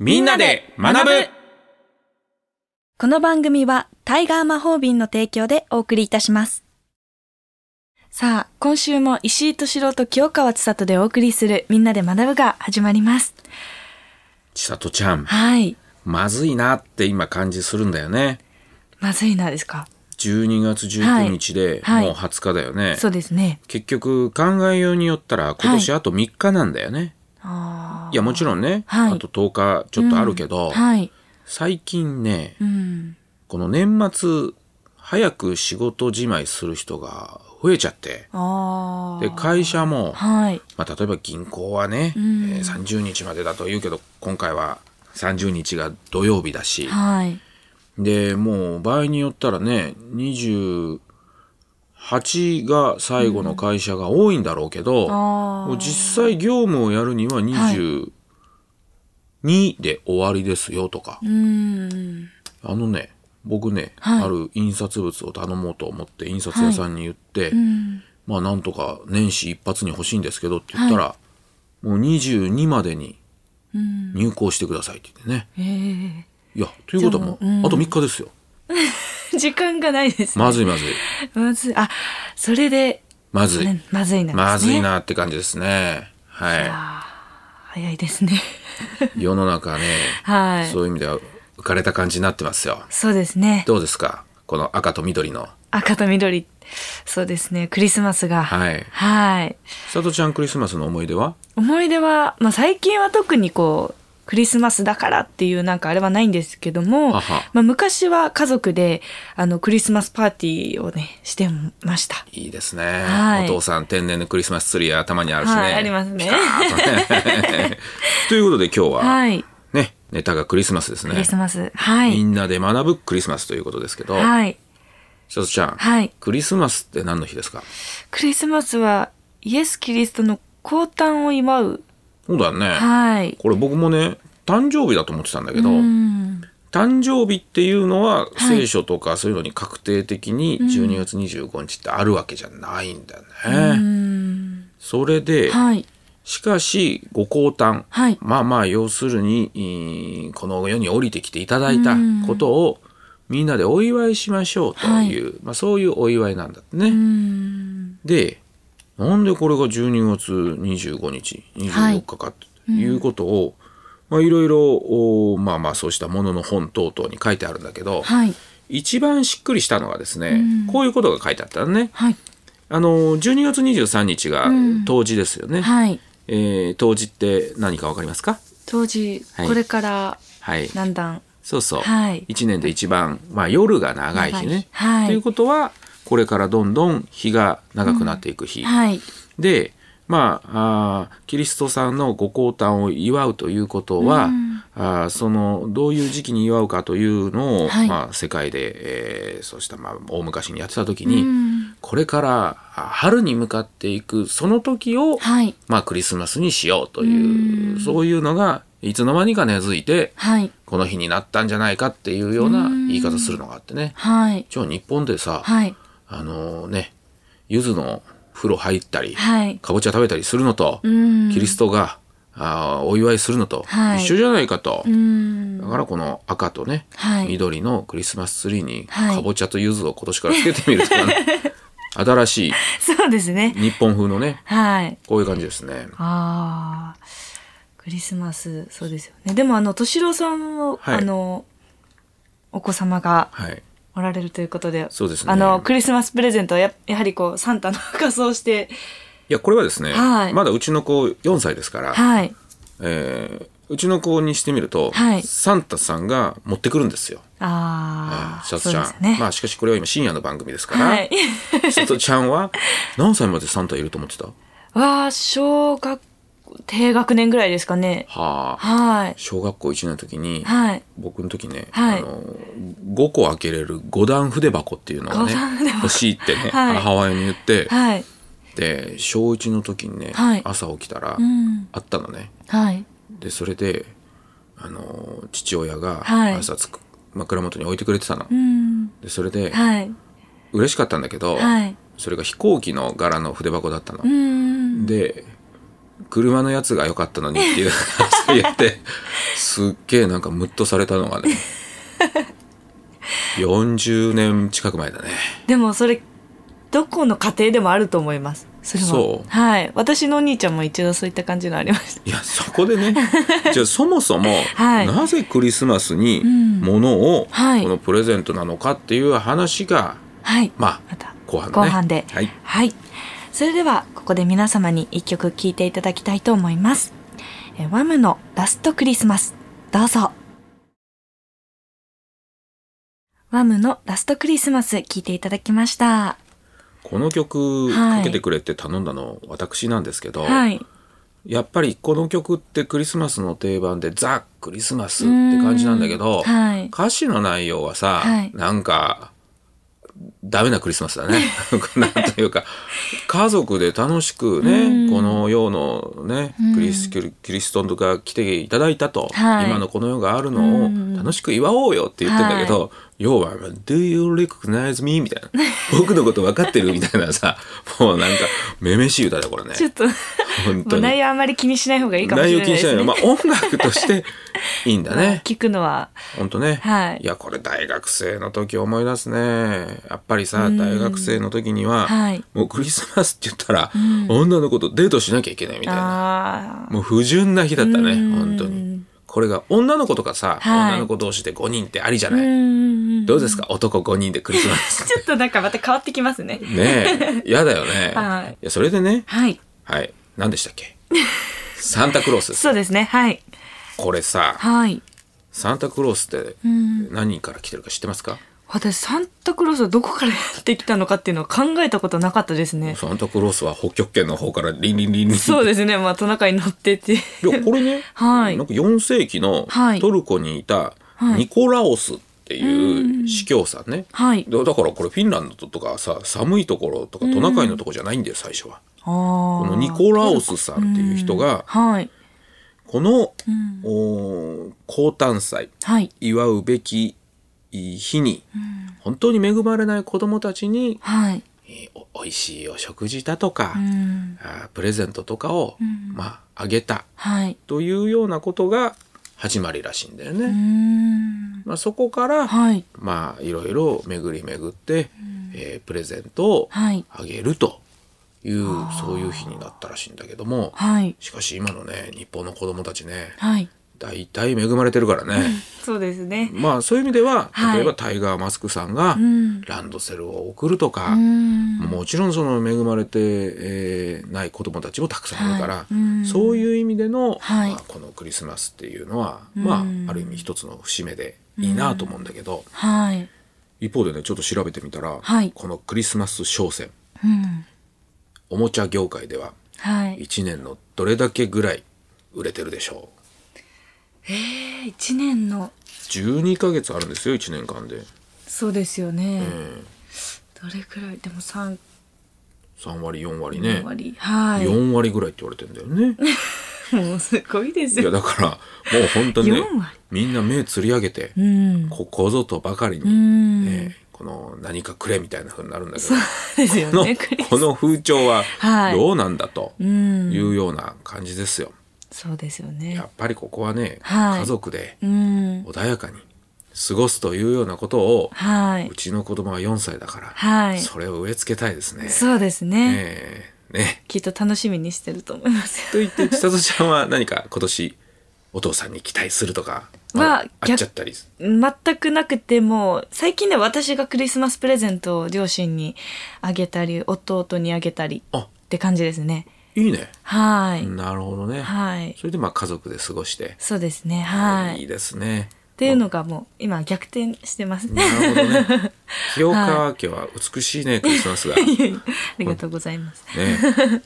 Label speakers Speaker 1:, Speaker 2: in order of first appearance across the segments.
Speaker 1: みんなで学ぶ
Speaker 2: この番組はタイガー魔法瓶の提供でお送りいたします。さあ、今週も石井敏郎と清川千里でお送りするみんなで学ぶが始まります。
Speaker 1: 千里ちゃん、
Speaker 2: はい。
Speaker 1: まずいなって今感じするんだよね。
Speaker 2: まずいなですか
Speaker 1: 12月19日で、
Speaker 2: はいはい
Speaker 1: もう20日だよね。
Speaker 2: そうですね。
Speaker 1: 結局、考えようによったら今年あと3日なんだよね。
Speaker 2: あ
Speaker 1: い、や、もちろんね、
Speaker 2: はい
Speaker 1: あと10日ちょっとあるけど、
Speaker 2: あ。はい。
Speaker 1: 最近ね、
Speaker 2: うん。
Speaker 1: この年末、早く仕事じまいする人が増えちゃって、
Speaker 2: ああ。
Speaker 1: で、会社も、
Speaker 2: はい。
Speaker 1: まあ、例えば銀行はね、
Speaker 2: うん
Speaker 1: えー30日までだと言うけど、今回は30日が土曜日だし、
Speaker 2: はい。
Speaker 1: で、もう場合によったらね、28が最後の会社が多いんだろうけど、
Speaker 2: あ
Speaker 1: もう
Speaker 2: あ。
Speaker 1: 実際業務をやるには22で終わりですよとか
Speaker 2: う、ーん。
Speaker 1: あのね、僕ね、
Speaker 2: はい
Speaker 1: ある印刷物を頼もうと思って印刷屋さんに言って、
Speaker 2: うん。
Speaker 1: まあなんとか年始一発に欲しいんですけどって言ったら、もう22までに
Speaker 2: うん。
Speaker 1: 入稿してくださいって言ってね。
Speaker 2: ええ
Speaker 1: いや、ということはもう、
Speaker 2: じゃあもううん
Speaker 1: あと3日ですよ。
Speaker 2: 時間がないです、ね。
Speaker 1: まずいまずい。
Speaker 2: まずい。あ、それで、
Speaker 1: まずい。
Speaker 2: ねまずいな、ね。
Speaker 1: まずい。なって感じですね。は
Speaker 2: 早いですね。
Speaker 1: い。世の中ね、
Speaker 2: はい。
Speaker 1: そういう意味では浮かれた感じになってますよ。
Speaker 2: そうですね。
Speaker 1: どうですかこの赤と緑の。
Speaker 2: 赤と緑。そうですね。クリスマスが。はい。
Speaker 1: はい。さとちゃんクリスマスの思い出は
Speaker 2: 思い出は、まあ最近は特にこう、クリスマスだからっていうなんかあれはないんですけども、
Speaker 1: はは
Speaker 2: まあ昔は家族で、あの、クリスマスパーティーをね、してました。
Speaker 1: いいですね。
Speaker 2: はい
Speaker 1: お父さん天然のクリスマスツリー頭にあるしね。
Speaker 2: はいありますね
Speaker 1: ピカーッと ねということで今日は、
Speaker 2: はい。
Speaker 1: ね、ネタがクリスマスです
Speaker 2: ク
Speaker 1: ね
Speaker 2: リ。スマス。は
Speaker 1: み
Speaker 2: い。
Speaker 1: んなで学ぶクリスマスということですけど、
Speaker 2: はい。
Speaker 1: さとちゃん、
Speaker 2: はい。
Speaker 1: クリスマスって何の日ですか
Speaker 2: クリスマスは、イエス・キリストの降誕を祝う。
Speaker 1: そうだよね。
Speaker 2: はい。
Speaker 1: これ僕もね、誕生日だと思ってたんだけど、
Speaker 2: うん。
Speaker 1: 誕生日っていうのは
Speaker 2: はい
Speaker 1: 聖書とかそういうのに確定的に12月25日ってあるわけじゃないんだね。
Speaker 2: うん。
Speaker 1: それで、
Speaker 2: はい。
Speaker 1: しかしご降誕、
Speaker 2: はい
Speaker 1: まあまあ要するにえーこの世に降りてきていただいたことをみんなでお祝いしましょうという、まあ、そういうお祝いなんだってね。
Speaker 2: うん。
Speaker 1: でなんでこれが12月25日24日かということを、まあいろいろおまあまあそうしたものの本等々に書いてあるんだけど、
Speaker 2: はい。
Speaker 1: 一番しっくりしたのがですね、
Speaker 2: うん
Speaker 1: こういうことが書いてあったのね。
Speaker 2: はい。
Speaker 1: あの12月23日が
Speaker 2: ん
Speaker 1: 冬至ですよね。
Speaker 2: はい。
Speaker 1: えー冬至って何かわかりますか？
Speaker 2: 当時、
Speaker 1: はい
Speaker 2: これから、
Speaker 1: はい。
Speaker 2: だんだん。
Speaker 1: そうそう。
Speaker 2: はい
Speaker 1: 一年で一番まあ夜が長い日ね。
Speaker 2: はい
Speaker 1: ということはこれからどんどん日が長くなっていく日。
Speaker 2: はい。
Speaker 1: で、まあ、あーキリストさんのご降誕を祝うということは、
Speaker 2: うん
Speaker 1: あーそのどういう時期に祝うかというのを、
Speaker 2: はい
Speaker 1: まあ、世界で、えーそうした、まあ、大昔にやってた時
Speaker 2: う
Speaker 1: に、
Speaker 2: ん。
Speaker 1: これからあ春に向かっていくその時を、
Speaker 2: はい。
Speaker 1: まあ、クリスマスにしようという、
Speaker 2: うん
Speaker 1: そういうのがいつの間にか根付いて
Speaker 2: はい。
Speaker 1: この日になったんじゃないかっていうような
Speaker 2: うん
Speaker 1: 言い方するのがあってね。
Speaker 2: はい。
Speaker 1: 一応日本でさ、
Speaker 2: はい。
Speaker 1: あのね柚子の風呂入ったり、
Speaker 2: はい。
Speaker 1: かぼちゃ食べたりするのと、
Speaker 2: うん。
Speaker 1: キリストが、あーお祝いするのと
Speaker 2: はい
Speaker 1: 一緒じゃないかと、
Speaker 2: うん。
Speaker 1: だからこの赤とね、
Speaker 2: はい。
Speaker 1: 緑のクリスマスツリーに
Speaker 2: はい
Speaker 1: かぼちゃと柚子を今年からつけてみるとか ね、新しい
Speaker 2: そうですね。
Speaker 1: 日本風のね
Speaker 2: はい。
Speaker 1: こういう感じですね。
Speaker 2: ああ。クリスマス、そうですよね。でも、あの、敏郎さんも、
Speaker 1: はい
Speaker 2: あの、お子様が
Speaker 1: はい、
Speaker 2: おられるということで、
Speaker 1: そうですね
Speaker 2: あの、クリスマスプレゼントはや、やはりこう、サンタの仮装をして、
Speaker 1: いやこれはですね、
Speaker 2: はい
Speaker 1: まだうちの子4歳ですから、
Speaker 2: はい。
Speaker 1: えーうちの子にしてみると、
Speaker 2: はい
Speaker 1: サンタさんが持ってくるんですよ。
Speaker 2: ああ、
Speaker 1: シャ
Speaker 2: そ
Speaker 1: ツ
Speaker 2: う
Speaker 1: ちゃ
Speaker 2: で
Speaker 1: ん
Speaker 2: すよね。
Speaker 1: まあしかしこれは今深夜の番組ですから、
Speaker 2: はい。
Speaker 1: シャツちゃんは 何歳までサンタいると思ってたは
Speaker 2: わあ、小学、低学年ぐらいですかね。
Speaker 1: あ
Speaker 2: はい。
Speaker 1: 小学校1年の時に、
Speaker 2: はい。
Speaker 1: 僕の時ね、
Speaker 2: はい
Speaker 1: あの5個開けれる5段筆箱っていうのがね
Speaker 2: 五段筆箱
Speaker 1: 欲しいってね、
Speaker 2: はい
Speaker 1: 母親に言って、
Speaker 2: はい。
Speaker 1: で小1の時にね、
Speaker 2: はい
Speaker 1: 朝起きたら、
Speaker 2: うん。
Speaker 1: あったのね
Speaker 2: はい。
Speaker 1: でそれであの父親が
Speaker 2: はい
Speaker 1: 朝つく、枕元に置いてくれてたの、
Speaker 2: うん。
Speaker 1: でそれで、
Speaker 2: はい。
Speaker 1: 嬉しかったんだけど、
Speaker 2: はい。
Speaker 1: それが飛行機の柄の筆箱だったの
Speaker 2: う、ん。
Speaker 1: で車のやつが良かったのにっていう話と言 ってすっげえなんかムッとされたのがね40年近く前だね
Speaker 2: でもそれどこの家庭でもあると思いますそれは
Speaker 1: そう
Speaker 2: はい私のお兄ちゃんも一度そういった感じのありました
Speaker 1: いやそこでねじゃあそもそも、
Speaker 2: はい
Speaker 1: なぜクリスマスに
Speaker 2: うん
Speaker 1: 物を、
Speaker 2: はい
Speaker 1: このプレゼントなのかっていう話が
Speaker 2: はい
Speaker 1: ま
Speaker 2: また
Speaker 1: あ後半だ
Speaker 2: 後
Speaker 1: ね
Speaker 2: 半で
Speaker 1: はい、
Speaker 2: はい。それでは、ここで皆様に一曲聴いていただきたいと思います。えーワムのラストクリスマス。どうぞ。ワムのラストクリスマス聴いていただきました。
Speaker 1: この曲
Speaker 2: はい
Speaker 1: かけてくれって頼んだの私なんですけど、
Speaker 2: はい。
Speaker 1: やっぱりこの曲ってクリスマスの定番でザ・クリスマスって感じなんだけど、
Speaker 2: うんはい
Speaker 1: 歌詞の内容はさ、
Speaker 2: はい
Speaker 1: なんかダメなクリスマスだね。 なんというか家族で楽しく
Speaker 2: うん
Speaker 1: ねこの世のね
Speaker 2: うん
Speaker 1: クリスキリストンが来ていただいたと、
Speaker 2: はい
Speaker 1: 今のこの世がある
Speaker 2: う
Speaker 1: の
Speaker 2: ん
Speaker 1: を楽しく祝おうよって言ってんだけど、要は「Do you recognize me?」みたい な「僕のこと分かってる?」みたいなさもうなんかめめしい歌だこれね
Speaker 2: ちょっと、
Speaker 1: 本
Speaker 2: も
Speaker 1: 当
Speaker 2: う
Speaker 1: に。
Speaker 2: 内容あんまり気にしない方がいいかも
Speaker 1: 内
Speaker 2: し
Speaker 1: 容
Speaker 2: れな
Speaker 1: 気
Speaker 2: いで
Speaker 1: にしな
Speaker 2: す
Speaker 1: いの。
Speaker 2: ね。
Speaker 1: まあ音楽としていいんだ ね。
Speaker 2: 聞くのは、
Speaker 1: 本当ね。
Speaker 2: はい
Speaker 1: や、これ大学生の時思い出すね。やっぱりさ、
Speaker 2: うん
Speaker 1: 大学生の時には、
Speaker 2: はい
Speaker 1: もうクリスマスって言ったら、
Speaker 2: うん
Speaker 1: 女の子とデートしなきゃいけないみたいな。
Speaker 2: ああ。
Speaker 1: もう不純な日だったね、
Speaker 2: うん
Speaker 1: 本当に。これが女の子とかさ、
Speaker 2: はい
Speaker 1: 女の子同士で5人ってありじゃ
Speaker 2: う
Speaker 1: ない、
Speaker 2: ん
Speaker 1: どうですか男5人でクリスマス。
Speaker 2: ちょっとなんかまた変わってきますね。
Speaker 1: ね え、嫌だよね。
Speaker 2: はい
Speaker 1: や、それでね、
Speaker 2: はい。
Speaker 1: はい、何でしたっけサンタクロース。
Speaker 2: そうですね。はい。
Speaker 1: これさ、
Speaker 2: はい。
Speaker 1: サンタクロースって
Speaker 2: うん。
Speaker 1: 何人から来てるか知ってますか、
Speaker 2: 私サンタクロースはどこからやってきたのかっていうのは考えたことなかったですね。
Speaker 1: サンタクロースは北極圏の方からリンリンリンリン。
Speaker 2: そうですね。まあトナカイに乗ってて。
Speaker 1: いやこれね、
Speaker 2: はい
Speaker 1: なんか4世紀の
Speaker 2: はい
Speaker 1: トルコにいた
Speaker 2: はい
Speaker 1: ニコラオスっていう司教さんね。
Speaker 2: はい。
Speaker 1: だだからこれフィンランドとかさ寒いところとかトナカイのとこじゃないんだよ最初は。
Speaker 2: ああ。
Speaker 1: このニコラオスさんっていう人が
Speaker 2: うんはい。
Speaker 1: この
Speaker 2: うん
Speaker 1: おー降誕祭
Speaker 2: はい。
Speaker 1: 祝うべき日に本当に恵まれない子供たちに、
Speaker 2: はい。
Speaker 1: えーおおいしいお食事だとか、
Speaker 2: うん。
Speaker 1: あープレゼントとかを、
Speaker 2: うん
Speaker 1: まあ、あげた
Speaker 2: はい。
Speaker 1: というようなことが始まりらしいんだよね。
Speaker 2: うん。
Speaker 1: まあ、そこから、
Speaker 2: はい。
Speaker 1: まあ、いろいろ巡り巡って、えープレゼントを
Speaker 2: はい。
Speaker 1: あげるという、そういう日になったらしいんだけども、
Speaker 2: はい。
Speaker 1: しかし今のね、日本の子供たちね、
Speaker 2: はい。
Speaker 1: 大体恵まれてるからね。
Speaker 2: そうですね。
Speaker 1: まあ、そういう意味では、
Speaker 2: はい
Speaker 1: 例えばタイガー・マスクさんが
Speaker 2: うん、
Speaker 1: ランドセルを送るとか、
Speaker 2: うん。
Speaker 1: もちろんその恵まれて、えーない子供たちもたくさんいるから、
Speaker 2: はいうん
Speaker 1: そういう意味での、
Speaker 2: はい
Speaker 1: まあ、このクリスマスっていうのは、
Speaker 2: うん
Speaker 1: まあ、ある意味一つの節目でいいなと思うんだけど、
Speaker 2: はい。
Speaker 1: 一方でねちょっと調べてみたら、
Speaker 2: はい
Speaker 1: このクリスマス商戦
Speaker 2: うん。
Speaker 1: おもちゃ業界では
Speaker 2: はい。
Speaker 1: 1年のどれだけぐらい売れてるでしょう
Speaker 2: え一年の。
Speaker 1: 12ヶ月あるんですよ1年間で、
Speaker 2: そうですよ
Speaker 1: う
Speaker 2: ね。
Speaker 1: ん、
Speaker 2: どれくらいでも三
Speaker 1: 3割4割ね
Speaker 2: 4割、はい
Speaker 1: 4割ぐらいって言われてんだよね
Speaker 2: もうすごいです
Speaker 1: いや
Speaker 2: よ
Speaker 1: だからもう本当にね
Speaker 2: 4割
Speaker 1: みんな目つり上げて、
Speaker 2: うん
Speaker 1: ここぞとばかりに、
Speaker 2: うん
Speaker 1: ねこの何かくれみたいな風になるんだけど
Speaker 2: そうですよ
Speaker 1: こ
Speaker 2: ね
Speaker 1: の
Speaker 2: クリス
Speaker 1: この風潮は
Speaker 2: はい
Speaker 1: どうなんだと
Speaker 2: う
Speaker 1: い
Speaker 2: ん
Speaker 1: うような感じですよ。
Speaker 2: そうですよね
Speaker 1: やっぱりここはね、
Speaker 2: はい
Speaker 1: 家族で
Speaker 2: うん
Speaker 1: 穏やかに過ごすというようなことを、
Speaker 2: はいう
Speaker 1: ちの子供は4歳だから、
Speaker 2: はい
Speaker 1: それを植え付けたいですね。
Speaker 2: そうですね
Speaker 1: ええね。
Speaker 2: きっと楽しみにしてると思います
Speaker 1: と言って千里ちゃんは何か今年お父さんに期待するとか、
Speaker 2: まあ
Speaker 1: あっちゃったり
Speaker 2: よ全くなくても最近では私がクリスマスプレゼントを両親にあげたり弟にあげたりっ
Speaker 1: あ
Speaker 2: て感じですね
Speaker 1: いいね。
Speaker 2: はい、
Speaker 1: なるほどね。
Speaker 2: はい
Speaker 1: それでまあ家族で過ごして、
Speaker 2: そうですねはい
Speaker 1: い
Speaker 2: っ
Speaker 1: ですね。
Speaker 2: ていうのがもう今逆転してますね
Speaker 1: なるほど ね。清川家は美しいね、クリスマスが。
Speaker 2: い
Speaker 1: ね、
Speaker 2: やいや ありがとうございます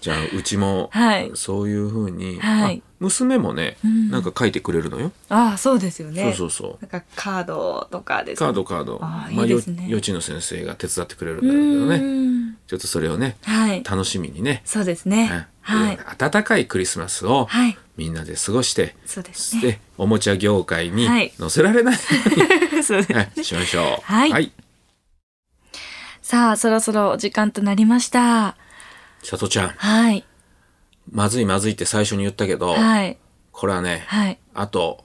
Speaker 1: じゃあうちも、
Speaker 2: はい
Speaker 1: そういうふうに、
Speaker 2: はい
Speaker 1: あ娘もね、
Speaker 2: ん
Speaker 1: なんか書いてくれるのよ。
Speaker 2: ああそうですよね
Speaker 1: そうそうそう。
Speaker 2: なんかカードとかです
Speaker 1: カードカード。
Speaker 2: あー
Speaker 1: まあ
Speaker 2: いい
Speaker 1: よ
Speaker 2: ですね
Speaker 1: 幼稚園の先生が手伝ってくれるん
Speaker 2: う
Speaker 1: だろうけどね。
Speaker 2: ん
Speaker 1: ちょっとそれをね、
Speaker 2: はい
Speaker 1: 楽しみにね。
Speaker 2: そうです
Speaker 1: うん
Speaker 2: ねはい
Speaker 1: 温かいクリスマスを、
Speaker 2: はい
Speaker 1: みんなで過ごして、
Speaker 2: そうです
Speaker 1: そ
Speaker 2: ね
Speaker 1: しておもちゃ業界に
Speaker 2: はい
Speaker 1: 乗せられないよう
Speaker 2: そうです
Speaker 1: に、はいしましょう。
Speaker 2: はい
Speaker 1: はい。
Speaker 2: さあそろそろお時間となりました
Speaker 1: 里ちゃん、
Speaker 2: はい
Speaker 1: まずいまずいって最初に言ったけど、
Speaker 2: はい
Speaker 1: これはね、
Speaker 2: はい。
Speaker 1: あと、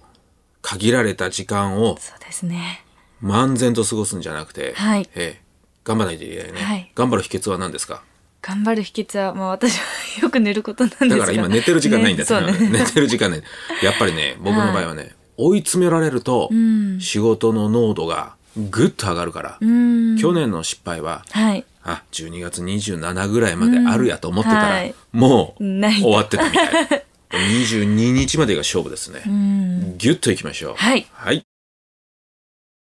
Speaker 1: 限られた時間を
Speaker 2: そうですね。
Speaker 1: 漫然と過ごすんじゃなくて、
Speaker 2: はい
Speaker 1: ええ頑張らないといけないね。
Speaker 2: はい
Speaker 1: 頑張る秘訣は何ですか
Speaker 2: 頑張る秘訣は、まあ私はよく寝ることなんですが
Speaker 1: だから今寝てる時間ないんだ
Speaker 2: ねそう ね。
Speaker 1: 寝てる時間ない。やっぱりね、僕の場合はね、追い詰められると
Speaker 2: う、ん。
Speaker 1: 仕事の濃度がぐっと上がるから、
Speaker 2: うん。
Speaker 1: 去年の失敗は、
Speaker 2: はい。
Speaker 1: あ、12月27ぐらいまであるやと思ってたら、
Speaker 2: うんはい
Speaker 1: もう
Speaker 2: ない
Speaker 1: 終わってたみた い。22日までが勝負ですね
Speaker 2: う。ん。
Speaker 1: ぎゅっといきましょう。
Speaker 2: はい
Speaker 1: はい。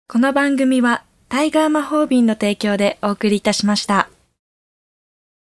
Speaker 2: この番組はタイガー魔法瓶の提供でお送りいたしました。